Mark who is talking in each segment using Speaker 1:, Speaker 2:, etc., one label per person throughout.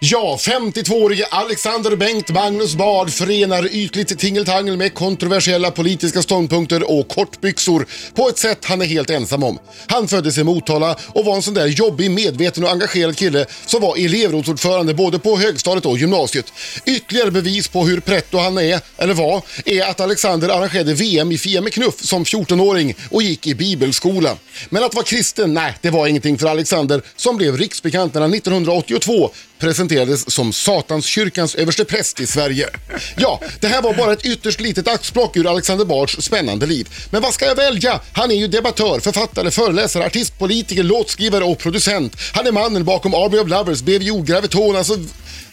Speaker 1: Ja, 52-årige Alexander Bengt Magnus Bard förenar ytligt tingeltangel med kontroversiella politiska ståndpunkter och kortbyxor på ett sätt han är helt ensam om. Han föddes i Motala och var en sån där jobbig, medveten och engagerad kille som var elevrådsordförande både på högstadiet och gymnasiet. Ytterligare bevis på hur pretto han är, eller var, är att Alexander arrangerade VM i Fia med knuff som 14-åring och gick i bibelskola. Men att vara kristen, nej, det var ingenting för Alexander som blev riksbekant när han 1982 presenterades som Satanskyrkans överstepräst i Sverige. Ja, det här var bara ett ytterst litet axplock ur Alexander Bards spännande liv. Men vad ska jag välja? Han är ju debattör, författare, föreläsare, artist, politiker, låtskrivare och producent. Han är mannen bakom Army of Lovers, BVO, Graviton, alltså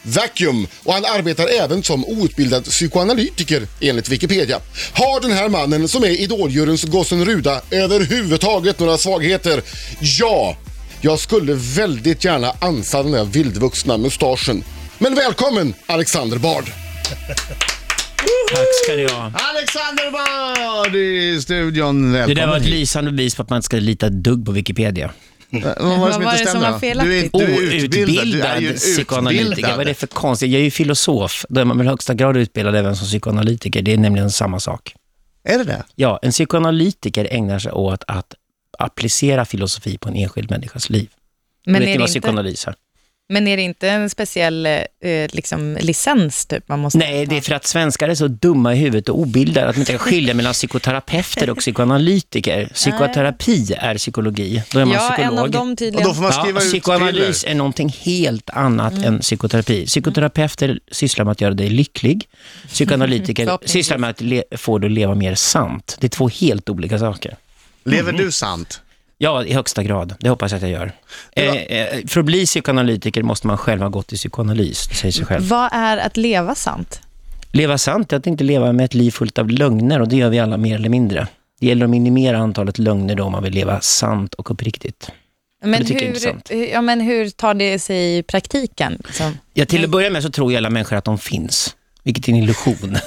Speaker 1: Vacuum och han arbetar även som outbildad psykoanalytiker enligt Wikipedia. Har den här mannen som är idoljuryns gossen Ruda överhuvudtaget några svagheter? Ja, jag skulle väldigt gärna ansa den där vildvuxna mustaschen. Men välkommen Alexander Bard!
Speaker 2: Tack ska ni ha.
Speaker 3: Alexander Bard i studion.
Speaker 2: Det
Speaker 3: Välkommen
Speaker 2: där var ett
Speaker 3: hit.
Speaker 2: lysande bevis på att man inte ska lita ett dugg på Wikipedia.
Speaker 3: Vad var det som
Speaker 4: Vad var
Speaker 3: inte
Speaker 4: det som var
Speaker 3: stämde?
Speaker 4: felaktigt?
Speaker 3: Du är, du är utbildad. Du är ju
Speaker 2: Outbildad
Speaker 3: en
Speaker 2: psykoanalytiker. Vad är det
Speaker 3: utbildad.
Speaker 2: för konstigt? Jag är ju filosof. Då är man väl i högsta grad utbildad även som psykoanalytiker. Det är nämligen samma sak.
Speaker 3: Är det det?
Speaker 2: Ja, en psykoanalytiker ägnar sig åt att applicera filosofi på en enskild människas liv.
Speaker 4: Men
Speaker 2: vet ni vad
Speaker 4: är, det inte,
Speaker 2: psykoanalys är?
Speaker 4: men är det inte en speciell eh, liksom, licens typ man måste
Speaker 2: Nej, det är för att svenskar är så dumma i huvudet och obildade att man inte kan skilja mellan psykoterapeuter och psykoanalytiker. Psykoterapi är psykologi. Då är man
Speaker 4: Ja,
Speaker 2: psykolog.
Speaker 4: en av dem
Speaker 3: Och
Speaker 4: tydligen. Mm.
Speaker 3: då får man skriva ut
Speaker 2: psykoanalys
Speaker 3: piller.
Speaker 2: är någonting helt annat än psykoterapi. Psykoterapeuter sysslar med att göra dig lycklig. Psykoanalytiker
Speaker 4: Förhoppningsvis.
Speaker 2: sysslar med att le- få dig att leva mer sant. Det är två helt olika saker.
Speaker 3: Lever
Speaker 2: Mhm.
Speaker 3: du sant?
Speaker 2: Ja, i högsta grad. Det hoppas jag att jag gör. Eh, eh, för att bli psykoanalytiker måste man själv ha gått i psykoanalys, det säger sig själv.
Speaker 4: Vad är att leva sant?
Speaker 2: Leva sant är att inte leva med ett liv fullt av lögner och det gör vi alla mer eller mindre. Det gäller att minimera antalet lögner då om man vill leva sant och uppriktigt.
Speaker 4: Men
Speaker 2: det tycker jag är
Speaker 4: hur,
Speaker 2: intressant.
Speaker 4: hur- ja, men hur tar det sig i praktiken? Liksom?
Speaker 2: Ja, till att börja med så tror ju alla människor att de finns, vilket är en illusion.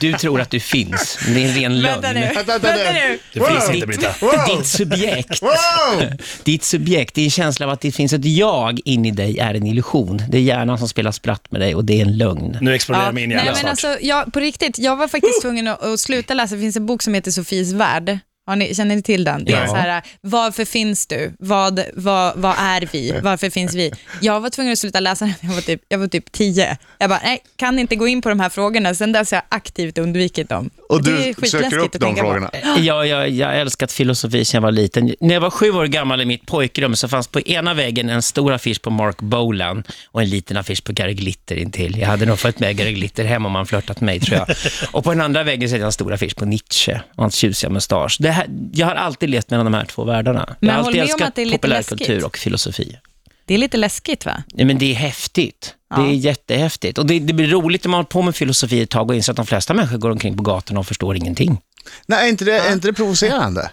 Speaker 2: Du tror att du finns, men det är en ren lögn.
Speaker 3: vänta nu.
Speaker 5: Det finns inte Brita.
Speaker 2: Ditt, ditt subjekt,
Speaker 3: Wow!
Speaker 2: ditt subjekt, din känsla av att det finns ett jag in i dig är en illusion. Det är hjärnan som spelar spratt med dig och det är en lögn.
Speaker 5: Nu exploderar
Speaker 4: Ja,
Speaker 5: min hjärna
Speaker 4: nej, men
Speaker 5: snart.
Speaker 4: alltså, jag, på riktigt, jag var faktiskt tvungen att, att sluta läsa. Det finns en bok som heter Sofies värld. Har ni, känner ni till den? Det är
Speaker 2: Ja.
Speaker 4: så här, varför finns du? Vad, vad, vad är vi? Varför finns vi? Jag var tvungen att sluta läsa den. Jag var typ, jag var typ tio. Jag bara, nej, kan inte gå in på de här frågorna. Sen dess har jag aktivt undvikit dem.
Speaker 3: Och
Speaker 4: Det är
Speaker 3: du
Speaker 4: skitläskigt
Speaker 3: söker upp
Speaker 4: att
Speaker 3: de
Speaker 4: tänka på.
Speaker 3: frågorna.
Speaker 2: Ja, jag, jag har älskat filosofi sedan jag var liten. När jag var sju år gammal i mitt pojkrum så fanns på ena väggen en stor affisch på Mark Bolan och en liten affisch på Gary Glitter intill. Jag hade nog följt med Gary Glitter hem om han flörtat med mig, tror jag. Och på den andra väggen så hade jag en stor affisch på Nietzsche och hans tjusiga mustasch. Det här, jag har alltid levt mellan de här två världarna.
Speaker 4: Men
Speaker 2: jag har alltid
Speaker 4: håll med om
Speaker 2: älskat
Speaker 4: att det är lite
Speaker 2: populärkultur
Speaker 4: läskigt.
Speaker 2: och filosofi.
Speaker 4: Det är lite läskigt va?
Speaker 2: Nej, men det är häftigt. Det är jättehäftigt. Och det, det blir roligt när man har hållit på med filosofi ett tag och inser att de flesta människor går omkring på gatorna och förstår ingenting.
Speaker 3: Nej, är inte det, är inte det provocerande?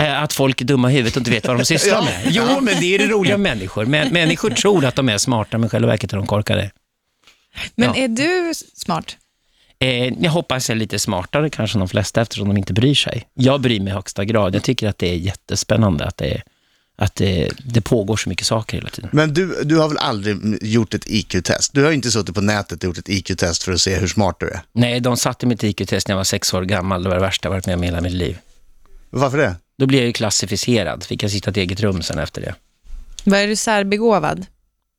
Speaker 2: Eh, Att folk är dumma i huvudet och inte vet vad de sysslar med. Jo, men det är det roliga med människor. Män, människor tror att de är smarta, men själva verket är de korkade.
Speaker 4: Men
Speaker 2: Ja.
Speaker 4: är du smart?
Speaker 2: Eh, jag hoppas jag är lite smartare kanske än de flesta, eftersom de inte bryr sig. Jag bryr mig i högsta grad. Jag tycker att det är jättespännande att det, att det, det pågår så mycket saker hela tiden.
Speaker 3: Men du, du har väl aldrig gjort ett IQ-test? Du har ju inte suttit på nätet och gjort ett IQ-test för att se hur smart du är.
Speaker 2: Nej, de satte mitt IQ-test när jag var sex år gammal. Det var det värsta jag varit med om i hela mitt liv.
Speaker 3: Varför det?
Speaker 2: Då blev jag ju klassificerad. Fick jag sitta i ett eget rum sen efter det.
Speaker 4: Vad är du särbegåvad?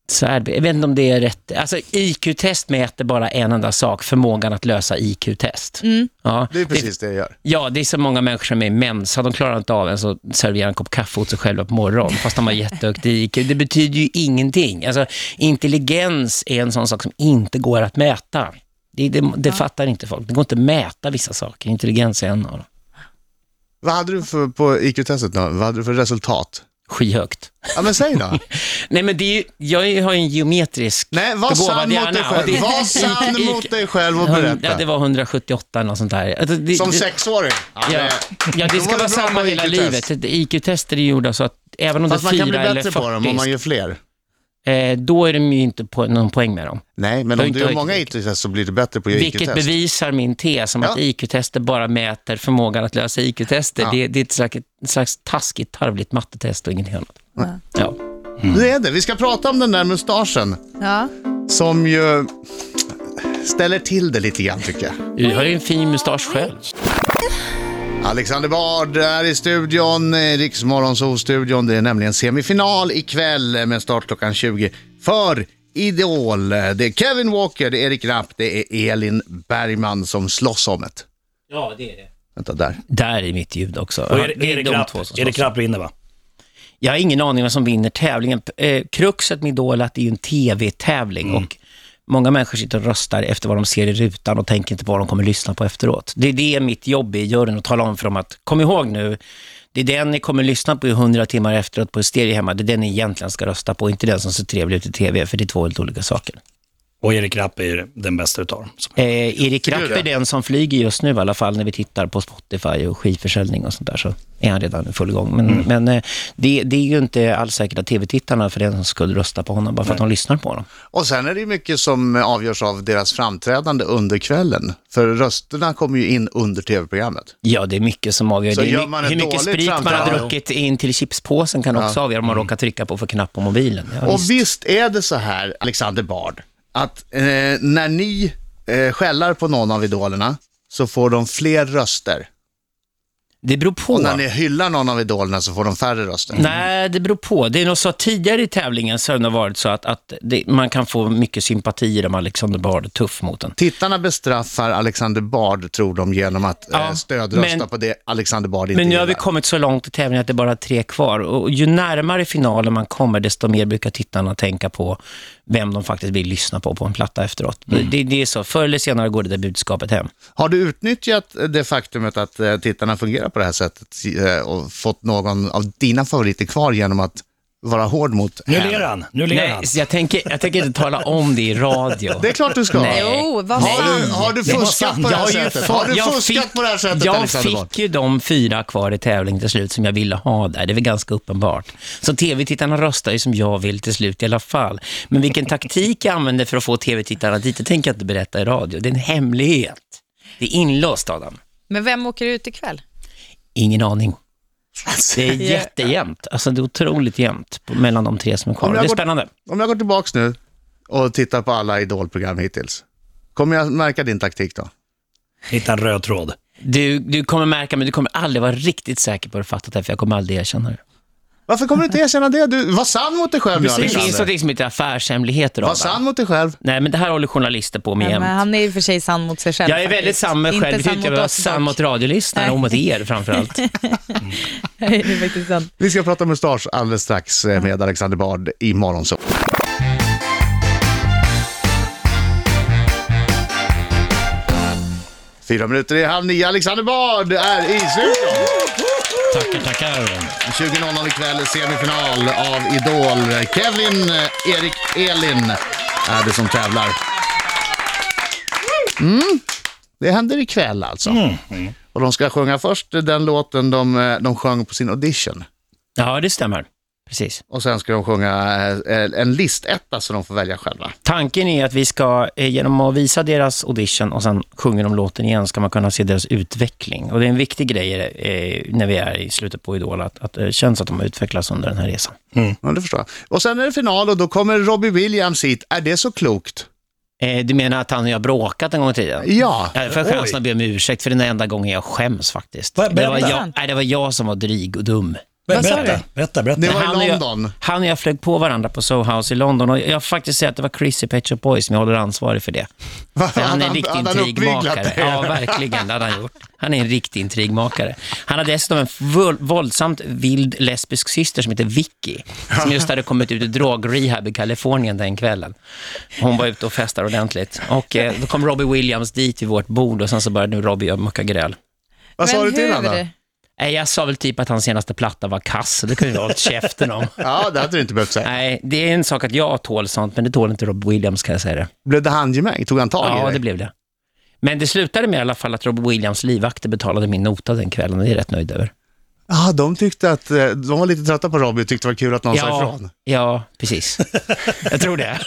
Speaker 2: Så här, jag vet inte om det är rätt. Alltså, IQ-test mäter bara en enda sak, förmågan att lösa IQ-test. Ja,
Speaker 3: Det är precis det jag gör.
Speaker 2: Ja, det är så många människor som är i mens, de klarar inte av ens att servera en kopp kaffe åt sig själva på morgonen, fast de har jättehögt IQ. Det betyder ju ingenting. Alltså, intelligens är en sån sak som inte går att mäta. Det, det, det fattar inte folk. Det går inte att mäta vissa saker. Intelligens är en av dem.
Speaker 3: Vad hade du för, på IQ-testet då? Vad hade du för resultat?
Speaker 2: Skyhögt.
Speaker 3: Ja, men säg då.
Speaker 2: Nej, men det är ju, jag har ju en geometrisk
Speaker 3: Nej, var sann mot dig
Speaker 2: och det-
Speaker 3: själv. Var sann
Speaker 2: IQ
Speaker 3: mot dig själv och
Speaker 2: Ja, det
Speaker 3: berätta.
Speaker 2: var 178 eller något sånt där. Alltså, det-
Speaker 3: Som
Speaker 2: det-
Speaker 3: sexåring. Ja,
Speaker 2: Ja,
Speaker 3: men-
Speaker 2: ja
Speaker 3: Då
Speaker 2: det ska
Speaker 3: var det
Speaker 2: vara
Speaker 3: Eh, bra
Speaker 2: samma
Speaker 3: med
Speaker 2: hela
Speaker 3: IQ-test.
Speaker 2: livet. IQ-tester är gjorda så att även om
Speaker 3: Fast
Speaker 2: det är
Speaker 3: man kan bli
Speaker 2: fyra eller
Speaker 3: bättre på dem om
Speaker 2: 40,
Speaker 3: man gör fler.
Speaker 2: eh, då är de ju inte på, någon poäng med dem.
Speaker 3: Nej, men
Speaker 2: Det är
Speaker 3: om
Speaker 2: inte
Speaker 3: du gör
Speaker 2: högt
Speaker 3: många
Speaker 2: IQ.
Speaker 3: IQ-test så blir du bättre på att göra
Speaker 2: Vilket
Speaker 3: IQ-test.
Speaker 2: bevisar min tes om
Speaker 3: Ja.
Speaker 2: att IQ-tester bara mäter förmågan att lösa IQ-tester.
Speaker 3: Ja.
Speaker 2: Det, det är ett slags, ett slags taskigt, tarvligt mattetest och ingenting annat. Ja.
Speaker 3: Mm. Nu är det, vi ska prata om den där mustaschen.
Speaker 4: Ja.
Speaker 3: Som ju ställer till det lite grann tycker jag.
Speaker 2: Du har ju en fin mustasch själv.
Speaker 3: Alexander Bard är i studion, eh, Riksmorgonzoo-studion. Det är nämligen semifinal ikväll eh, med start klockan 20 för Idol. Eh, Det är Kevin Walker, det är Erik Rapp, det är Elin Bergman som slåss om det.
Speaker 2: Ja, det är det.
Speaker 3: Vänta där.
Speaker 2: Där är mitt ljud också.
Speaker 5: Och
Speaker 2: Ja,
Speaker 5: är,
Speaker 2: det är
Speaker 5: Erik
Speaker 2: de
Speaker 5: Rapp,
Speaker 2: två som
Speaker 5: Erik
Speaker 2: slåss.
Speaker 5: Rapp vinner va?
Speaker 2: Jag har ingen aning vem som vinner tävlingen. Eh, Kruxet med Idol är att det är ju en tv-tävling och många människor sitter och röstar efter vad de ser i rutan och tänker inte på vad de kommer lyssna på efteråt. Det, det är mitt jobb i juryn, att tala om för dem att kom ihåg nu, det är den ni kommer lyssna på i hundra timmar efteråt på stereo hemma, det är den ni egentligen ska rösta på, inte den som ser trevlig ut i tv, för det är två helt olika saker.
Speaker 5: Och Erik Rapp är ju den bästa utav dem. Så-
Speaker 2: Eh, Erik Rapp
Speaker 3: det?
Speaker 2: är den som flyger just nu i alla fall när vi tittar på Spotify och skivförsäljning och sånt där så är han redan i full gång. Men, men eh, det, det är ju inte alls säkert att tv-tittarna för den som skulle rösta på honom bara för att de lyssnar på honom.
Speaker 3: Och sen är det ju mycket som eh, avgörs av deras framträdande under kvällen. För rösterna kommer ju in under tv-programmet.
Speaker 2: Ja, det är mycket som avgör.
Speaker 3: Så
Speaker 2: det är
Speaker 3: gör
Speaker 2: my-
Speaker 3: man ett
Speaker 2: hur mycket
Speaker 3: dåligt
Speaker 2: sprit man
Speaker 3: framträdande-
Speaker 2: har druckit in till chipspåsen kan också avgöra om man råkar trycka på för knapp på mobilen. Ja,
Speaker 3: Och
Speaker 2: visst.
Speaker 3: visst är det så här, Alexander Bard, att eh, när ni eh, skäller på någon av idolerna så får de fler röster.
Speaker 2: det beror på.
Speaker 3: Och när ni hyllar någon av idolerna så får de färre röster.
Speaker 2: Nej, det beror på. Det är nog så att tidigare i tävlingen så har det nog varit så att, att det, man kan få mycket sympatier om Alexander Bard är tuff mot en.
Speaker 3: Tittarna bestraffar Alexander Bard, tror de, genom att eh,
Speaker 2: Ja,
Speaker 3: stödrösta
Speaker 2: men-
Speaker 3: på det Alexander Bard inte
Speaker 2: Men nu har vi
Speaker 3: gillar.
Speaker 2: kommit så långt i tävlingen att det är bara tre kvar. Och ju närmare finalen man kommer, desto mer brukar tittarna tänka på vem de faktiskt vill lyssna på på en platta efteråt. Det, det är så, förr eller senare går det där budskapet hem.
Speaker 3: Har du utnyttjat det faktumet att eh, tittarna fungerar på det här sättet eh, och fått någon av dina favoriter kvar genom att vara hård mot
Speaker 5: Nu
Speaker 3: henne?
Speaker 5: ler han, nu ler
Speaker 2: Nej,
Speaker 5: han.
Speaker 2: så jag, tänker, jag tänker inte tala om det i radio.
Speaker 3: Det är klart du ska.
Speaker 2: Nej.
Speaker 4: Jo, vad
Speaker 3: Har du,
Speaker 4: fan.
Speaker 3: har du
Speaker 5: Det var
Speaker 3: fuskat
Speaker 5: sant.
Speaker 3: på det här
Speaker 5: Jag har ju
Speaker 3: sättet?
Speaker 2: För-
Speaker 3: Har du
Speaker 2: jag
Speaker 3: fuskat
Speaker 2: fick-
Speaker 3: på det här sättet,
Speaker 2: Jag
Speaker 3: Alexander Bard?
Speaker 2: fick ju de fyra kvar i tävling till slut som jag ville ha där. Det är väl ganska uppenbart. Så tv-tittarna röstar ju som jag vill till slut i alla fall. Men vilken taktik jag använde för att få tv-tittarna dit, det tänker jag inte berätta i radio. Det är en hemlighet. Det är inlåst, Adam.
Speaker 4: Men vem åker ut ikväll?
Speaker 2: Ingen aning.
Speaker 3: Alltså,
Speaker 2: Det är
Speaker 4: Ja.
Speaker 2: jättejämnt. Alltså det är otroligt jämnt på- mellan de tre som är kvar.
Speaker 3: Om
Speaker 2: Det
Speaker 3: jag
Speaker 2: är
Speaker 3: går-
Speaker 2: spännande.
Speaker 3: Om jag går tillbaks nu och tittar på alla idolprogram hittills, kommer jag märka din taktik då?
Speaker 5: Hitta en röd tråd.
Speaker 2: Du, du kommer märka, men du kommer aldrig vara riktigt säker på att du fattat det, här, för jag kommer aldrig erkänna det.
Speaker 3: Varför kommer du inte erkänna det? Du, var sann mot dig själv nu,
Speaker 2: Det finns
Speaker 3: Alexander.
Speaker 2: något som heter affärshemligheter,
Speaker 3: Var
Speaker 2: Adam.
Speaker 3: sann mot dig själv.
Speaker 2: Nej, men det här håller journalister på med
Speaker 4: Ja, men
Speaker 2: jämt.
Speaker 4: han är ju för sig sann mot sig själv.
Speaker 2: Jag är väldigt
Speaker 4: faktiskt.
Speaker 2: sann med mig själv. Det
Speaker 4: Inte sann
Speaker 2: tycker jag
Speaker 4: mot
Speaker 2: var
Speaker 4: oss
Speaker 2: sann
Speaker 4: dock.
Speaker 2: mot radiolyssnarna och mot er framförallt.
Speaker 4: Nej, det är faktiskt sant.
Speaker 3: Vi ska prata mustasch alldeles strax eh, med Alexander Bard i Morgonzoo. Fyra minuter i halv nio. Alexander Bard är i studion.
Speaker 2: tackar, tackar.
Speaker 3: 20.00 ikväll semifinal av Idol. Kevin, eh, Erik, Elin är det som tävlar. Mm. Det händer ikväll alltså. Och de ska sjunga först den låten de, eh, de sjöng på sin audition.
Speaker 2: Ja, det stämmer. Precis.
Speaker 3: Och sen ska de sjunga eh, en listetta så de får välja själva.
Speaker 2: Tanken är att vi ska, eh, genom att visa deras audition och sen sjunger de låten igen, ska man kunna se deras utveckling. Och det är en viktig grej eh, när vi är i slutet på Idol, att, att det känns att de har utvecklats under den här resan.
Speaker 3: Ja, det förstår jag. Och sen är det final och då kommer Robbie Williams hit. Är det så klokt?
Speaker 2: Eh, du menar att han och jag har bråkat en gång i tiden?
Speaker 3: Ja.
Speaker 2: Jag får chansen att be om ursäkt, för det är den enda gången jag skäms faktiskt.
Speaker 5: Vad-
Speaker 2: Det var,
Speaker 5: berätta.
Speaker 2: jag, nej, det var jag som var dryg och dum.
Speaker 5: Ber-
Speaker 4: Vad sa
Speaker 5: Berätta, berätta,
Speaker 3: Det
Speaker 5: berätta.
Speaker 3: var
Speaker 2: Han och
Speaker 3: i
Speaker 2: jag-
Speaker 3: London.
Speaker 2: Han och jag flög på varandra på Soho House i London och jag får faktiskt säga att det var Chris i Pet Shop Boys som jag håller ansvarig för det. För han är en riktig
Speaker 3: Hade han uppviglat
Speaker 2: intrigmakare.
Speaker 3: dig?
Speaker 2: Ja, verkligen. Det hade han gjort. Han är en riktig intrigmakare. Han har dessutom en våld- våldsamt vild lesbisk syster som heter Vicky, som just hade kommit ut ur drogrehab i Kalifornien den kvällen. Hon var ute och festade ordentligt. Och eh, då kom Robbie Williams dit vid vårt bord och sen så började nu Robbie och mucka gräl.
Speaker 3: Vad sa
Speaker 4: Men
Speaker 3: du till
Speaker 4: hur?
Speaker 3: honom då?
Speaker 2: Nej, jag sa väl typ att hans senaste platta var kass, så det kunde jag ha hållit käften om.
Speaker 3: Ja, det hade du inte behövt säga.
Speaker 2: Nej, det är en sak att jag tål sånt, men det tål inte Rob Williams kan jag säga det.
Speaker 3: Blev det handgemäng? Tog han tag i
Speaker 2: Ja,
Speaker 3: dig?
Speaker 2: det blev det. Men det slutade med i alla fall att Rob Williams livvakter betalade min nota den kvällen och det är jag rätt nöjd över.
Speaker 3: Ja, de tyckte att, eh, de var lite trötta på Robbie och tyckte det var kul att någon sa
Speaker 2: Ja,
Speaker 3: ifrån.
Speaker 2: ja, precis. Jag tror det.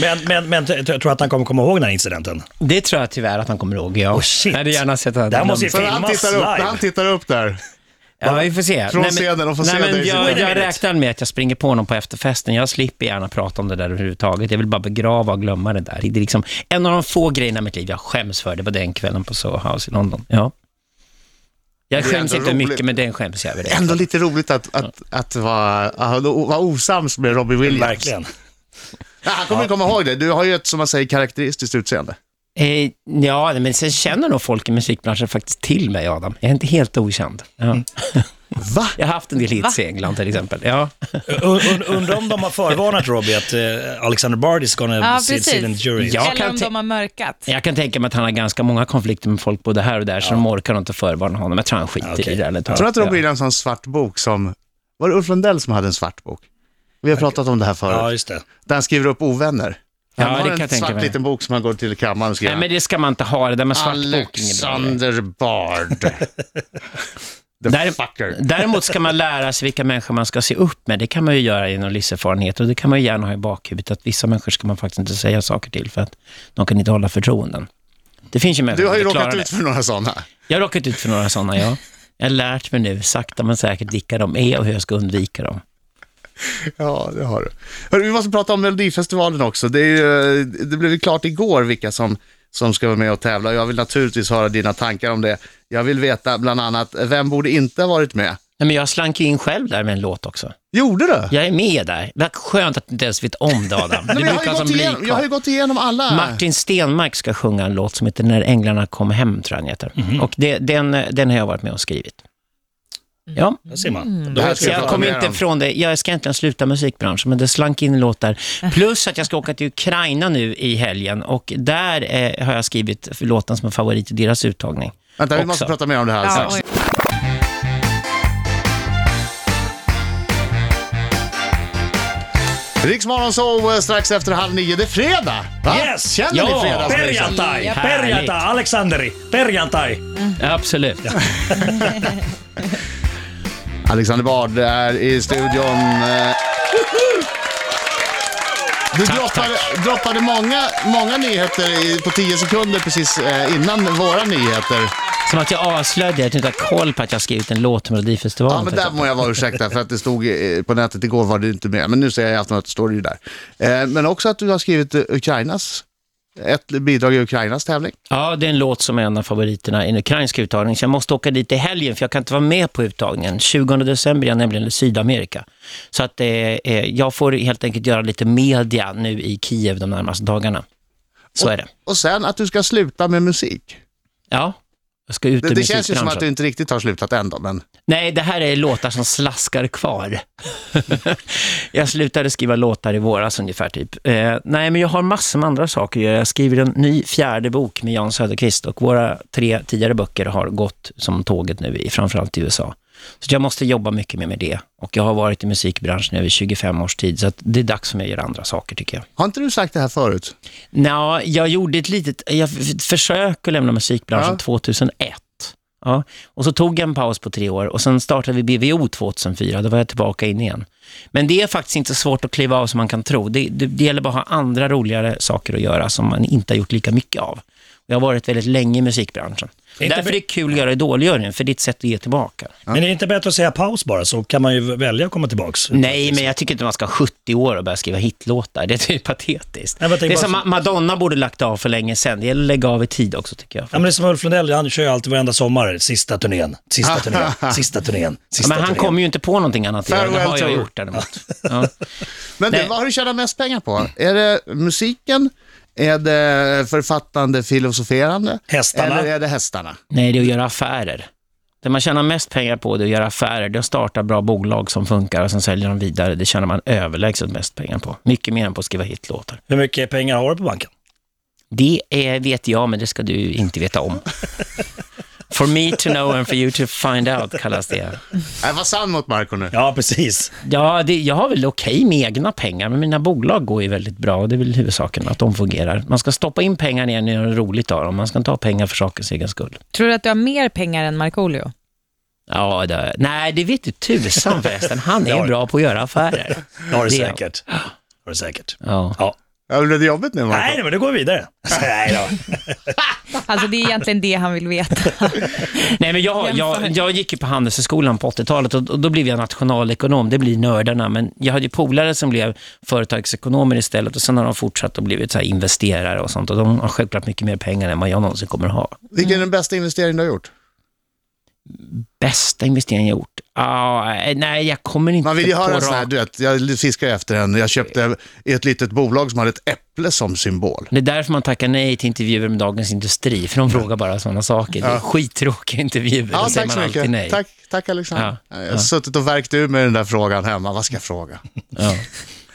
Speaker 5: Men, men, men t- jag tror att han kommer komma ihåg den här incidenten.
Speaker 2: Det tror jag tyvärr att han kommer ihåg, ja.
Speaker 5: Oh, shit.
Speaker 2: Jag hade gärna sett att
Speaker 5: Det här
Speaker 2: han
Speaker 5: måste ju
Speaker 3: För han
Speaker 5: Filmas
Speaker 3: tittar, upp,
Speaker 5: live.
Speaker 3: han tittar upp där.
Speaker 2: Ja, vi får se.
Speaker 3: Från scenen, de får
Speaker 2: nej,
Speaker 3: se
Speaker 2: men
Speaker 3: dig sitta
Speaker 2: jag,
Speaker 3: där.
Speaker 2: jag räknar med att jag springer på honom på efterfesten. Jag slipper gärna prata om det där överhuvudtaget. Jag vill bara begrava och glömma det där. Det är liksom en av de få grejerna i mitt liv jag skäms för. Det var den kvällen på Soho House i London. Ja. Jag
Speaker 3: Det är
Speaker 2: skäms
Speaker 3: ändå
Speaker 2: inte
Speaker 3: roligt.
Speaker 2: mycket, men den skäms jag över. Det.
Speaker 3: Ändå lite roligt att, att, att vara, att vara osams med Robbie Williams.
Speaker 5: Verkligen.
Speaker 3: Ja, han kommer komma ihåg det. Du har ju ett, som man säger, karaktäristiskt utseende.
Speaker 2: Eh, ja, men sen känner nog folk i musikbranschen faktiskt till mig, Adam. Jag är inte helt okänd. Ja.
Speaker 3: Va?
Speaker 2: Jag har haft en del hits i England till exempel. Ja.
Speaker 5: Un- un- Undrar om de har förvarnat Robbie att eh, Alexander Bard is gonna
Speaker 4: Ja,
Speaker 5: sit, sit in the
Speaker 4: precis.
Speaker 5: jury.
Speaker 2: Ja. Jag
Speaker 4: Eller
Speaker 2: kan
Speaker 4: om
Speaker 2: te-
Speaker 4: de har mörkat.
Speaker 2: Jag kan tänka mig att han har ganska många konflikter med folk både här och där, så de orkar nog inte förvarna honom. Jag tror han skiter
Speaker 5: Okej.
Speaker 2: i det. Eller
Speaker 3: Jag tror att Robbie Williams har en svart bok som... Var det Ulf Lundell som hade en svart bok? Vi har pratat om det här förut.
Speaker 5: Ja, just det.
Speaker 3: Där han skriver upp ovänner.
Speaker 2: Ja,
Speaker 3: Han
Speaker 2: det
Speaker 3: har
Speaker 2: kan
Speaker 3: en
Speaker 2: jag tänka
Speaker 3: svart
Speaker 2: mig.
Speaker 3: liten bok som han går till i kammaren och skriver.
Speaker 2: Nej, men det ska man inte ha. Det där med svart bok är inget bra.
Speaker 3: Alexander Bard. The
Speaker 2: Där-
Speaker 3: fucker.
Speaker 2: Däremot ska man lära sig vilka människor man ska se upp med. Det kan man ju göra genom livserfarenhet och det kan man ju gärna ha i bakhuvudet. Att vissa människor ska man faktiskt inte säga saker till för att de kan inte hålla förtroenden. Det finns ju människor
Speaker 3: Du har ju
Speaker 2: som inte
Speaker 3: råkat
Speaker 2: klarar
Speaker 3: ut för några sådana.
Speaker 2: det. Jag har råkat ut för några sådana, ja. Jag har lärt mig nu, sakta men säkert, vilka de är och hur jag ska undvika dem.
Speaker 3: Ja, det har du. Hörru, vi måste prata om Melodifestivalen också. Det, är ju, eh, det blev ju klart igår vilka som, som ska vara med och tävla. Jag vill naturligtvis höra dina tankar om det. Jag vill veta bland annat, vem borde inte ha varit med?
Speaker 2: Nej, men jag slank ju in själv där med en låt också.
Speaker 3: Gjorde du?
Speaker 2: Jag är med där. Vad skönt att du inte ens vet om det, Adam. Du
Speaker 3: Nej, men jag, har
Speaker 2: brukar
Speaker 3: ju
Speaker 2: som
Speaker 3: gått igenom, jag har ju
Speaker 2: blir
Speaker 3: gått igenom alla.
Speaker 2: Martin Stenmark ska sjunga en låt som heter När änglarna kom hem, tror jag den heter.
Speaker 3: Mhm.
Speaker 2: Och det, den, den har jag varit med och skrivit. Ja,
Speaker 5: Där ser man.
Speaker 3: Det här
Speaker 2: så
Speaker 3: Mm. ska vi
Speaker 2: jag
Speaker 3: prata
Speaker 2: kommer
Speaker 3: mer
Speaker 2: inte
Speaker 3: om.
Speaker 2: ifrån det. Jag ska egentligen sluta musikbranschen, men det slank in låtar. Plus att jag ska åka till Ukraina nu i helgen och där eh, har jag skrivit för låten som är favorit i deras uttagning.
Speaker 3: Vänta, vi måste
Speaker 2: också.
Speaker 3: prata mer om det här
Speaker 4: Ja,
Speaker 2: alltså.
Speaker 3: strax.
Speaker 4: oj.
Speaker 3: Riksmorgon så eh, strax efter halv nio. Det är fredag! Va?
Speaker 5: Yes!
Speaker 3: Känner
Speaker 2: Ja.
Speaker 3: ni fredagsmyset?
Speaker 5: Perjantai!
Speaker 4: Japp.
Speaker 5: Perjantai! Alexanderi! Perjantai!
Speaker 2: Absolut.
Speaker 3: Alexander Bard är i studion. eh. Du
Speaker 2: Tack,
Speaker 3: droppade, droppade många, många nyheter i, på 10 sekunder precis eh, innan våra nyheter.
Speaker 2: Som att jag avslöjade, jag inte har koll på att jag har skrivit en låt till Melodifestivalen.
Speaker 3: Ja, men där må jag vara ursäkta för att det stod eh, på nätet igår var du inte med. Men nu ser jag i Aftonbladet, står det ju där. Eh, Men också att du har skrivit eh, Ukrainas, ett bidrag i Ukrainas tävling.
Speaker 2: Ja, det är en låt som är en av favoriterna i den ukrainska uttagningen. Så jag måste åka dit i helgen, för jag kan inte vara med på uttagningen. 20 december är jag nämligen i Sydamerika. Så att, eh, eh, jag får helt enkelt göra lite media nu i Kiev de närmaste dagarna. Så är det.
Speaker 3: Och sen att du ska sluta med musik.
Speaker 2: Ja, jag ska ut
Speaker 3: Det,
Speaker 2: ur
Speaker 3: det känns ju som
Speaker 2: musikbranschen.
Speaker 3: att du inte riktigt har slutat ändå, men
Speaker 2: Nej, det här är låtar som slaskar kvar. jag slutade skriva låtar i våras ungefär. Typ. Eh, nej, men jag har massor med andra saker att göra. Jag skriver en ny fjärde bok med Jan Söderqvist och våra tre tidigare böcker har gått som tåget nu, i, framförallt i USA. Så jag måste jobba mycket mer med det. Och jag har varit i musikbranschen i över 25 års tid, så att det är dags för mig att göra andra saker tycker jag.
Speaker 3: har inte du sagt det här förut?
Speaker 2: Nå, jag gjorde ett litet jag f- försök att lämna musikbranschen
Speaker 3: Ja.
Speaker 2: 2001. Ja. Och så tog jag en paus på tre år och sen startade vi BVO 2004. Då var jag tillbaka in igen. Men det är faktiskt inte svårt att kliva av som man kan tro. Det, det, det gäller bara att ha andra roligare saker att göra som man inte har gjort lika mycket av. Jag har varit väldigt länge i musikbranschen.
Speaker 5: Inte
Speaker 2: Därför är
Speaker 5: be-
Speaker 2: det kul att göra idolgöringen, för det är ett sätt att ge tillbaka.
Speaker 5: Men är det inte bättre att säga paus bara, så kan man ju välja att komma tillbaks?
Speaker 2: Nej, men jag tycker inte man ska ha 70 år och börja skriva hitlåtar. Det är typ patetiskt.
Speaker 5: Nej, men jag
Speaker 2: det
Speaker 5: tänker
Speaker 2: är som
Speaker 5: bara-
Speaker 2: Ma- Madonna borde lagt av för länge sedan. Det gäller att lägga av i tid också, tycker jag.
Speaker 5: Ja, men det är som Ulf Lundell, han kör ju alltid varenda sommar, sista turnén, sista turnén, sista turnén,
Speaker 2: Ah. Ja,
Speaker 5: sista
Speaker 2: men han
Speaker 5: turnén.
Speaker 2: kommer ju inte på någonting annat. att göra. Det
Speaker 3: Farewell
Speaker 2: har jag
Speaker 3: tour.
Speaker 2: gjort däremot. Ja.
Speaker 3: Men du,
Speaker 2: Nej.
Speaker 3: vad har du tjänat mest pengar på? Är det musiken? Är det författande, filosoferande?
Speaker 5: Hästarna.
Speaker 3: Eller är det hästarna?
Speaker 2: Nej, det är att göra affärer. Det man tjänar mest pengar på det är att göra affärer. Det är att starta bra bolag som funkar och sen säljer de vidare. Det tjänar man överlägset mest pengar på. Mycket mer än på att skriva hitlåtar.
Speaker 5: Hur mycket pengar har du på banken?
Speaker 2: Det är, vet jag, men det ska du inte veta om. For me to know and for you to find out kallas det.
Speaker 3: Jag Äh, var sann mot Marco nu.
Speaker 5: Ja, precis.
Speaker 2: Ja, det, jag har väl okej med egna pengar, men mina bolag går ju väldigt bra och det är väl huvudsaken att de fungerar. Man ska stoppa in pengar igen och göra roligt av dem. Man ska inte ha pengar för sakens egen skull.
Speaker 4: Tror du att du har mer pengar än Markoolio?
Speaker 2: Ja, det, nej, det vet du tusan förresten. Han är bra på att göra affärer.
Speaker 5: Det har du
Speaker 2: Det-
Speaker 5: säkert. Det har du säkert.
Speaker 2: Ja.
Speaker 5: Ja.
Speaker 3: Ja, blev det jobbigt nu Marco?
Speaker 5: Nej, men det går vidare. Nej då.
Speaker 4: Alltså det är egentligen det han vill veta.
Speaker 2: Nej, men jag, jag, jag gick ju på Handelshögskolan på 80-talet och, och då blev jag nationalekonom. Det blir nördarna. Men jag hade ju polare som blev företagsekonomer istället och sen har de fortsatt och blivit så här investerare och sånt. Och de har självklart mycket mer pengar än vad jag någonsin kommer att ha.
Speaker 3: Vilken är den bästa investering du har gjort?
Speaker 2: Bästa investering jag gjort? Ah, nej, jag kommer inte
Speaker 3: Man vill ju
Speaker 2: på
Speaker 3: höra en
Speaker 2: rak-
Speaker 3: sån här, du vet, jag fiskar ju efter en. Jag köpte i ett litet bolag som hade ett äpple som symbol.
Speaker 2: Det är därför man tackar nej till intervjuer med Dagens Industri, för de frågar bara sådana saker. Det är skittråkiga intervjuer,
Speaker 3: Ja,
Speaker 2: då säger
Speaker 3: tack
Speaker 2: man
Speaker 3: så
Speaker 2: alltid nej.
Speaker 3: mycket. Tack, tack Alexander.
Speaker 2: Ja,
Speaker 3: Jag har suttit och värkt ur med den där frågan hemma. Vad ska jag fråga?
Speaker 2: Ja.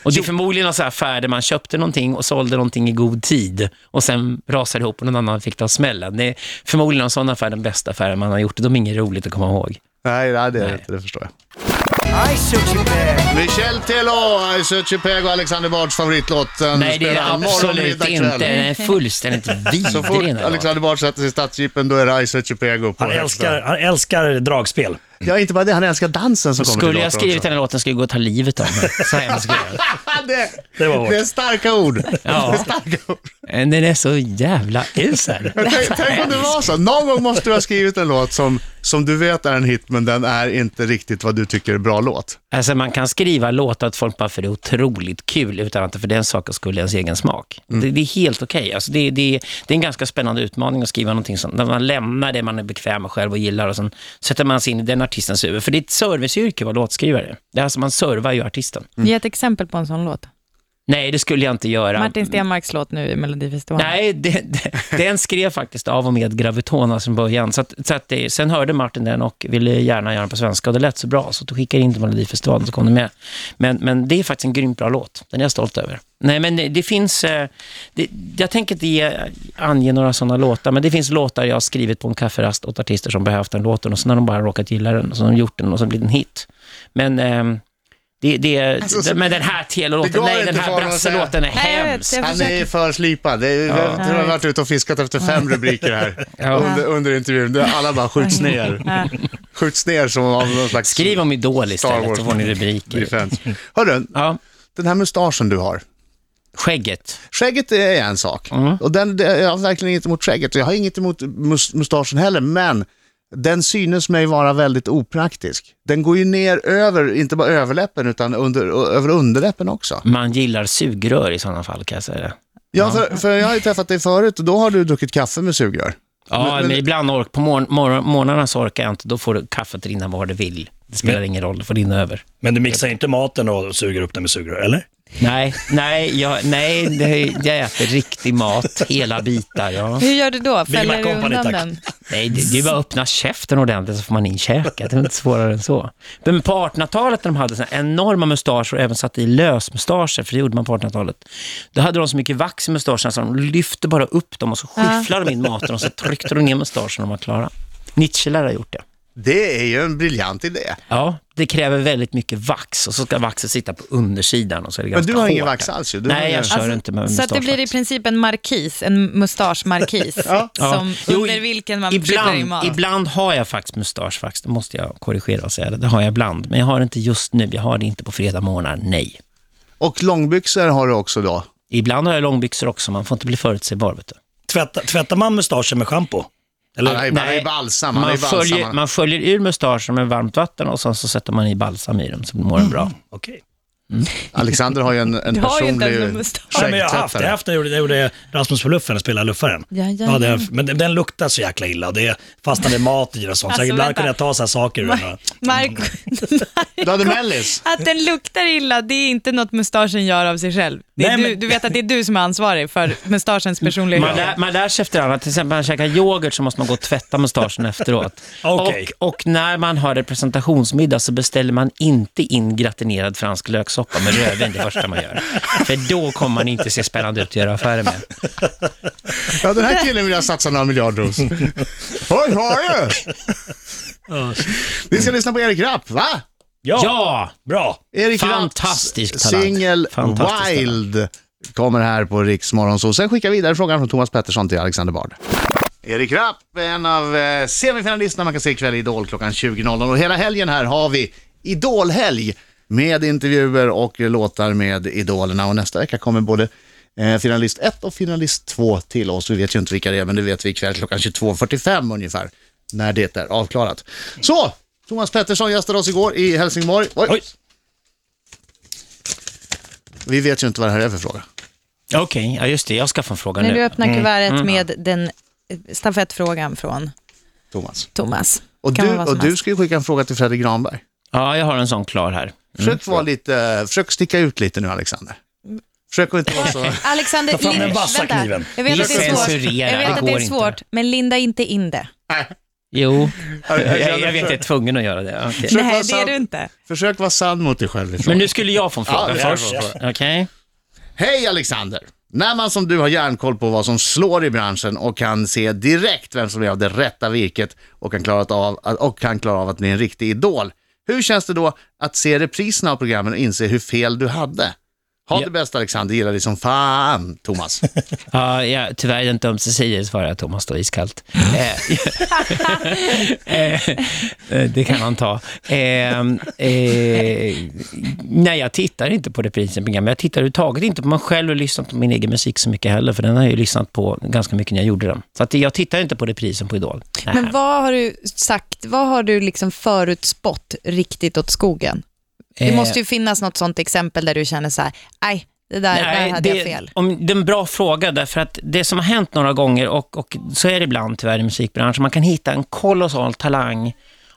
Speaker 2: Och det är förmodligen en sån här affär där man köpte någonting och sålde någonting i god tid och sen rasade ihop och någon annan fick ta smällen. Det är förmodligen en sån affär den bästa affären man har gjort och de är inget roligt att komma
Speaker 3: Mm.
Speaker 2: ihåg.
Speaker 3: Nej, nej det är det
Speaker 2: Nej.
Speaker 3: inte. Det förstår jag. Michel Teló, I Search of Peg och Alexander Bards favoritlåt. Den
Speaker 2: Nej, det är det
Speaker 3: spelar morgon,
Speaker 2: absolut
Speaker 3: middag, kväll.
Speaker 2: inte. Den är fullständigt
Speaker 3: Så fort
Speaker 2: vidrig. den här låten.
Speaker 3: Alexander Bard sätter sig i stadsjeepen, då är det I Search of Peg på
Speaker 5: Han, älskar, han älskar dragspel.
Speaker 3: Ja, inte bara det. Han älskar dansen som kommer
Speaker 2: Skulle jag
Speaker 3: till låten
Speaker 2: skrivit den här låten skulle jag gå och ta livet av mig. Så hemskt skulle jag.
Speaker 3: också. det,
Speaker 5: Det var hårt.
Speaker 3: det är starka ord.
Speaker 2: Ja.
Speaker 3: Det är starka ord.
Speaker 2: Men Eh, Den är så jävla usel.
Speaker 3: Tänk, tänk om det var så. Någon gång måste du ha skrivit en låt som, som du vet är en hit, men den är inte riktigt vad du tycker är bra låt.
Speaker 2: Alltså man kan skriva låtar åt folk bara för det är otroligt kul utan att det för den sakens skull är ens egen smak. Det, det är helt okej. Alltså det, det, det är en ganska spännande utmaning att skriva någonting som, där man lämnar det man är bekväm med själv och gillar och sen sätter man sig in i den artistens huvud. För det är ett serviceyrke att vara låtskrivare. Det är alltså man servar ju artisten.
Speaker 4: Ge ett exempel på en sån låt.
Speaker 2: Nej, det skulle jag inte göra.
Speaker 4: Martin Stenmarks låt nu i Melodifestivalen.
Speaker 2: Nej, det, det, den skrev faktiskt av och med Gravitona från början. Så att, så att det, sen hörde Martin den och ville gärna göra den på svenska och det lät så bra så då skickade jag in till Melodifestivalen så kom den med. Men, men det är faktiskt en grymt bra låt. Den är jag stolt över. Nej, men det, det finns... eh, Det, jag tänker inte ge, ange några sådana låtar, men det finns låtar jag har skrivit på en kafferast åt artister som behövt den låten och sen har de bara råkat gilla den och så har de gjort den och så blir den hit. Men... ehm, det, det,
Speaker 3: Alltså, så-
Speaker 2: men den här
Speaker 3: Det
Speaker 2: telelåten,
Speaker 3: går
Speaker 2: nej den
Speaker 3: inte för
Speaker 2: här
Speaker 3: honom att säga.
Speaker 2: brasselåten är
Speaker 4: Nej, jag vet,
Speaker 2: hemsk.
Speaker 4: jag
Speaker 3: Han är
Speaker 4: försöker.
Speaker 3: för slipad. Det är, Jag tror jag har varit ute och fiskat efter fem rubriker här
Speaker 2: Ja.
Speaker 3: under, under intervjun. Det- Alla bara skjuts ner.
Speaker 4: Ja.
Speaker 3: Skjuts ner som av någon slags...
Speaker 2: Skriv om Idol
Speaker 3: Star
Speaker 2: istället
Speaker 3: Wars.
Speaker 2: så får ni rubriker.
Speaker 3: Defense. Hörru,
Speaker 2: Ja,
Speaker 3: den här mustaschen du har.
Speaker 2: skägget.
Speaker 3: Skägget är en sak.
Speaker 2: Mm.
Speaker 3: Och den, det- jag har verkligen inget emot skägget. Jag har inget emot mus- mustaschen heller, men den synes mig vara väldigt opraktisk. Den går ju ner över, inte bara överläppen, utan under, över underläppen också.
Speaker 2: Man gillar sugrör i sådana fall kan jag säga det.
Speaker 3: Ja, för, för jag har ju träffat dig förut och då har du druckit kaffe med sugrör.
Speaker 2: Ja, men,
Speaker 3: Men- men-
Speaker 2: ibland ork, på morgon- morgon- morgnarna så orkar jag inte. Då får du kaffet rinna var det vill. Det spelar ingen roll, det får rinna över.
Speaker 5: Men du mixar inte maten och suger upp den med sugrör, eller?
Speaker 2: Nej, nej, jag, nej det, jag äter riktig mat, hela bitar. Ja.
Speaker 4: Hur gör du då?
Speaker 5: Big Mac
Speaker 4: Fäller du
Speaker 5: Company,
Speaker 4: undan
Speaker 5: tack.
Speaker 4: den?
Speaker 2: Nej, det, det är bara att öppna käften ordentligt så får man in käket. Det är inte svårare än så. Men på 1800-talet när de hade såna enorma mustascher och även satte i lösmustascher, för det gjorde man på 1800-talet, då hade de så mycket vax i mustascherna så de lyfte bara upp dem och så skyfflade de in maten och så tryckte de ner mustaschen och de var klara. Nietzsche lär ha gjort det.
Speaker 3: Det är ju en briljant idé.
Speaker 2: Ja, det kräver väldigt mycket vax och så ska vaxet sitta på undersidan och så är det
Speaker 3: Men
Speaker 2: ganska
Speaker 3: du har ingen
Speaker 2: hårt.
Speaker 3: vax alls ju. Du har
Speaker 2: Nej,
Speaker 3: ingen-
Speaker 2: jag kör
Speaker 4: Alltså,
Speaker 2: inte med
Speaker 4: Så att det
Speaker 2: mustaschvax.
Speaker 4: blir i princip en markis, en mustaschmarkis,
Speaker 2: Ja.
Speaker 4: som
Speaker 2: Jo,
Speaker 4: under vilken man försöker i
Speaker 2: ibland,
Speaker 4: mat.
Speaker 2: ibland har jag faktiskt mustasch, faktiskt. det måste jag korrigera och säga. Det Det har jag ibland, men jag har det inte just nu. Jag har det inte på fredag morgnar, nej.
Speaker 3: Och långbyxor har du också då.
Speaker 2: Ibland har jag långbyxor också, man får inte bli förutsägbar. Vet du.
Speaker 5: Tvätta, tvättar man mustaschen med schampo? Eller?
Speaker 3: Han är, han är balsam. Han är
Speaker 2: Man, följer,
Speaker 3: balsam.
Speaker 2: man sköljer ur mustaschen med varmt vatten och sen så sätter man i balsam i den, så mår den bra.
Speaker 5: Okej.
Speaker 3: Alexander har ju en, en
Speaker 4: Du har ju inte
Speaker 3: personlig
Speaker 4: en mustasch.
Speaker 5: Ja, men jag har haft, jag har
Speaker 3: skäggtvättare.
Speaker 5: haft, jag gjorde, jag gjorde Rasmus på luffen, jag spelade luffaren.
Speaker 4: Ja, ja,
Speaker 5: det har
Speaker 4: ja.
Speaker 5: jag- men den, den luktar så jäkla illa och det fastnade mat i det och sånt.
Speaker 4: Alltså,
Speaker 5: så ibland
Speaker 4: vänta.
Speaker 5: kunde jag ta så här saker ur den. och-
Speaker 4: Marco,
Speaker 3: Du hade mellis.
Speaker 4: att den luktar illa, det är inte något mustaschen gör av sig själv. Det är
Speaker 5: Nej,
Speaker 4: du,
Speaker 5: men- Mm.
Speaker 4: du vet att det är du som är ansvarig för mustaschens personliga
Speaker 2: Man
Speaker 4: lukt.
Speaker 2: lär, man lär sig efter annat. Till exempel när man käkar yoghurt så måste man gå och tvätta mustaschen efteråt.
Speaker 5: Okej.
Speaker 2: Och, och när man har representationsmiddag så beställer man inte in gratinerad fransk löksoppa med rödvin det första man gör. För då kommer man inte se spännande ut att göra affärer med.
Speaker 3: Ja, den här killen vill jag satsa några miljarder hos. Oj, har jag Vi ska lyssna på Erik Rapp, va?
Speaker 5: Ja,
Speaker 2: Ja!
Speaker 5: bra.
Speaker 3: Erik
Speaker 2: Fantastisk
Speaker 3: Rapps
Speaker 2: talang.
Speaker 3: singel
Speaker 2: Fantastisk talang.
Speaker 3: Wild kommer här på Riks Morgonzoo. Sen skickar jag vidare frågan från Thomas Pettersson till Alexander Bard. Erik Rapp är en av eh, semifinalisterna man kan se ikväll i Idol klockan 20.00 och hela helgen här har vi Idolhelg med intervjuer och låtar med idolerna och nästa vecka kommer både eh, finalist 1 och finalist 2 till oss. Vi vet ju inte vilka det är, men det vet vi ikväll klockan 22.45 ungefär, när det är avklarat. Så, Thomas Pettersson gästade oss igår i Helsingborg. Oj.
Speaker 5: Oj.
Speaker 3: Vi vet ju inte vad det här är för fråga.
Speaker 2: Okej, ja just det. Jag ska få en fråga
Speaker 4: När
Speaker 2: nu.
Speaker 4: du öppnar
Speaker 3: Mm.
Speaker 4: kuvertet med den eh, stafettfrågan från
Speaker 3: Thomas.
Speaker 4: Thomas.
Speaker 3: Och,
Speaker 4: Kan
Speaker 3: du,
Speaker 4: vara vad som
Speaker 3: och du
Speaker 4: helst.
Speaker 3: ska ju skicka en fråga till Fredrik Granberg.
Speaker 5: Mm,
Speaker 2: Ja, jag har en sån klar här.
Speaker 3: Försök, vara lite, försök sticka ut lite nu, Alexander.
Speaker 4: Mm.
Speaker 3: Försök att inte vara så...
Speaker 4: Alexander,
Speaker 5: fram den
Speaker 4: Lind-
Speaker 5: vassa kniven.
Speaker 4: Jag vet att det är svårt,
Speaker 2: Censurera,
Speaker 4: jag vet
Speaker 2: det
Speaker 4: att det är
Speaker 2: går inte.
Speaker 4: svårt men linda inte in det.
Speaker 2: Jo,
Speaker 3: jag
Speaker 2: jag, jag,
Speaker 3: känner
Speaker 2: vet, jag är
Speaker 3: för-
Speaker 2: tvungen att göra det. Okej.
Speaker 3: Försök
Speaker 4: Nej,
Speaker 3: vara
Speaker 4: det är
Speaker 3: sann.
Speaker 4: du inte.
Speaker 3: Försök vara sann mot dig själv. i
Speaker 2: Men
Speaker 3: frågan.
Speaker 2: nu skulle jag få en
Speaker 3: Ja,
Speaker 2: fråga
Speaker 3: det får jag
Speaker 2: först.
Speaker 3: fråga.
Speaker 2: Okej.
Speaker 3: Hej Alexander! När man som du har järnkoll på vad som slår i branschen och kan se direkt vem som är av det rätta virket och kan, klara av, och kan klara av att bli en riktig idol. Hur känns det då att se repriserna av programmen och inse hur fel du hade? Ha
Speaker 2: Ja.
Speaker 3: det bäst Alexander, gillar dig som fan, Thomas.
Speaker 2: Ja, ja, tyvärr är det inte ömsesidigt, svarar jag Thomas då iskallt. Eh, eh, det kan han ta. Eh, eh, nej, jag tittar inte på reprisen-program. Jag tittar överhuvudtaget inte på mig själv och lyssnat på min egen musik så mycket heller, för den har jag ju lyssnat på ganska mycket när jag gjorde den. Så att jag tittar inte på reprisen på Idol. Nej.
Speaker 6: Men vad har du sagt, vad har du liksom förutspått riktigt åt skogen? Det
Speaker 2: Eh,
Speaker 6: måste ju finnas något sånt exempel där du känner så här, nej, det där, där hade
Speaker 2: det,
Speaker 6: jag fel.
Speaker 2: Om, det är en bra fråga, därför att det som har hänt några gånger, och, och så är det ibland tyvärr i musikbranschen, man kan hitta en kolossal talang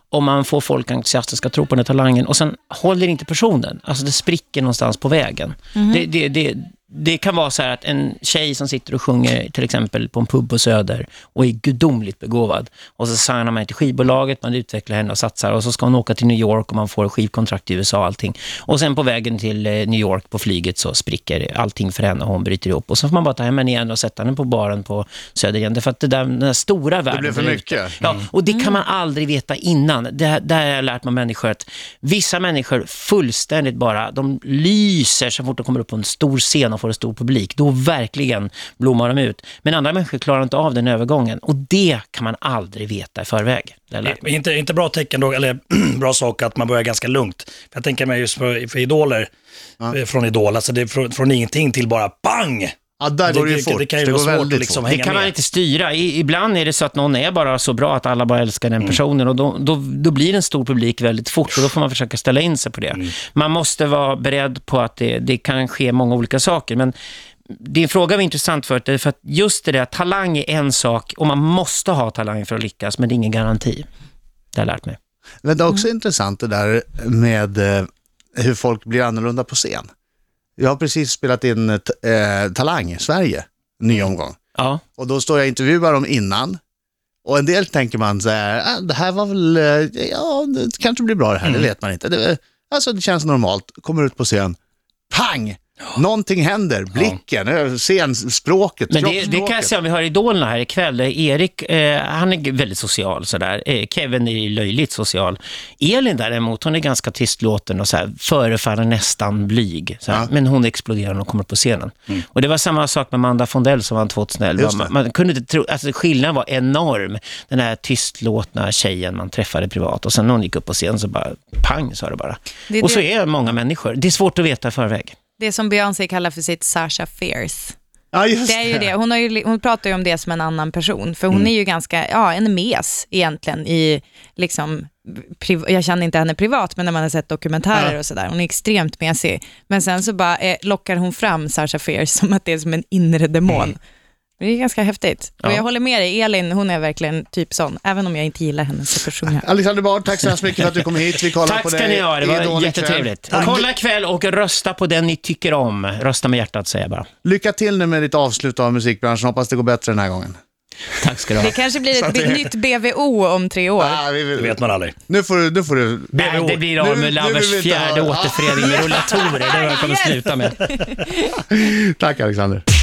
Speaker 2: om man får folk entusiastiska att tro på den här talangen och sen håller inte personen. Alltså det spricker någonstans på vägen.
Speaker 6: Mhm.
Speaker 2: Det, det, det, det kan vara så här att en tjej som sitter och sjunger till exempel på en pub på Söder och är gudomligt begåvad och så signar man till skivbolaget, man utvecklar henne och satsar och så ska hon åka till New York och man får skivkontrakt i USA och allting. Och sen på vägen till eh, New York på flyget så spricker allting för henne och hon bryter ihop. Och så får man bara ta hem henne igen och sätta henne på baren på Söder igen. Därför att det där, den där stora världen...
Speaker 3: blev för
Speaker 2: där
Speaker 3: mycket.
Speaker 2: ute- Ja, och det kan man aldrig veta innan. Det här, det här har jag lärt mig av människor att vissa människor fullständigt bara, de lyser så fort de kommer upp på en stor scen och får en stor publik. Då verkligen blommar de ut. Men andra människor klarar inte av den övergången och det kan man aldrig veta i förväg. Det har jag lärt mig.
Speaker 5: Men Inte, inte bra tecken då, eller bra sak att man börjar ganska lugnt. Jag tänker mig just för, för idoler, eh, från idol, alltså det är från, från ingenting till bara bang!
Speaker 3: Ja, där går det ju
Speaker 5: det,
Speaker 3: fort.
Speaker 5: det kan ju vara
Speaker 3: går
Speaker 5: svårt
Speaker 3: väldigt
Speaker 5: att liksom
Speaker 3: fort.
Speaker 5: hänga
Speaker 2: Det kan
Speaker 5: med.
Speaker 2: man inte styra. I, ibland är det så att någon är bara så bra att alla bara älskar den personen och då, då, då blir det en stor publik väldigt fort och då får man försöka ställa in sig på det. Man måste vara beredd på att det, det kan ske många olika saker. Men din fråga var intressant för att, det- för att just det där, talang är en sak och man måste ha talang för att lyckas, men det är ingen garanti. Det har jag lärt mig.
Speaker 3: Men det är
Speaker 2: Mm.
Speaker 3: också intressant det där med eh, hur folk blir annorlunda på scen. Jag har precis spelat in eh, t- eh, Talang, Sverige, ny
Speaker 2: Mm.
Speaker 3: omgång.
Speaker 2: Ja,
Speaker 3: Och då står jag och intervjuar dem innan. Och en del tänker man så här, ah, det här var väl, eh, ja, det kanske blir bra det här,
Speaker 2: Mm.
Speaker 3: det vet man inte. Det, alltså det känns normalt, kommer ut på scen, pang! Någonting händer, blicken, eh, scenspråket,
Speaker 2: men det, det
Speaker 3: kroppsspråket.
Speaker 2: kan jag säga om vi har idolerna här ikväll. Erik, eh, han är väldigt social sådär. Eh, Kevin är ju löjligt social. Elin däremot, hon är ganska tystlåten och såhär, förefaller nästan blyg. Såhär. Men hon exploderar när hon kommer upp på scenen. Och det var samma sak med Amanda Fondell som vann 2011.
Speaker 3: Mm. Just det.
Speaker 2: Man, man kunde inte tro, alltså skillnaden var enorm. Den här tystlåtna tjejen man träffade privat och sen när hon gick upp på scen så bara pang sa det bara.
Speaker 4: Det är
Speaker 2: och så
Speaker 4: det-
Speaker 2: är många människor. Det är svårt att veta i förväg.
Speaker 4: Det som Beyoncé kallar för sitt Sasha Fierce.
Speaker 3: Ja, just
Speaker 4: Det är ju det. Hon, har ju, li- hon pratar ju om det som en annan person, för hon
Speaker 2: Mm.
Speaker 4: är ju ganska, ja, en mes egentligen i, liksom, priv- jag känner inte henne privat, men när man har sett dokumentärer och sådär, hon är extremt mesig. Men sen så bara eh, lockar hon fram Sasha Fierce som att det är som en inre demon. Det är ganska häftigt.
Speaker 2: Ja.
Speaker 4: Och jag håller med dig, Elin, hon är verkligen typ sån, även om jag inte gillar hennes person.
Speaker 3: Alexander Bard, tack så hemskt mycket för att du kom hit. Vi kollar på
Speaker 2: Tack
Speaker 3: dig.
Speaker 2: ska ni ha, det
Speaker 3: i Idol
Speaker 2: var
Speaker 3: ikväll.
Speaker 2: jättetrevligt.
Speaker 3: Tack.
Speaker 2: Kolla ikväll och rösta på den ni tycker om. Rösta med hjärtat säger jag bara.
Speaker 3: Lycka till nu med ditt avslut av musikbranschen. Hoppas det går bättre den här gången.
Speaker 2: Tack ska du ha.
Speaker 4: Det kanske blir ett b- nytt BVO om tre år.
Speaker 3: Ah, vi vill-
Speaker 5: Det vet man aldrig.
Speaker 3: Nu får du... Nu får du...
Speaker 2: Nej, det blir av
Speaker 3: Nu- nu
Speaker 2: med Lavers
Speaker 3: vill vi inte
Speaker 2: fjärde
Speaker 3: höra.
Speaker 2: återförening med rullatorer. Det har jag kommer sluta med.
Speaker 3: Tack Alexander.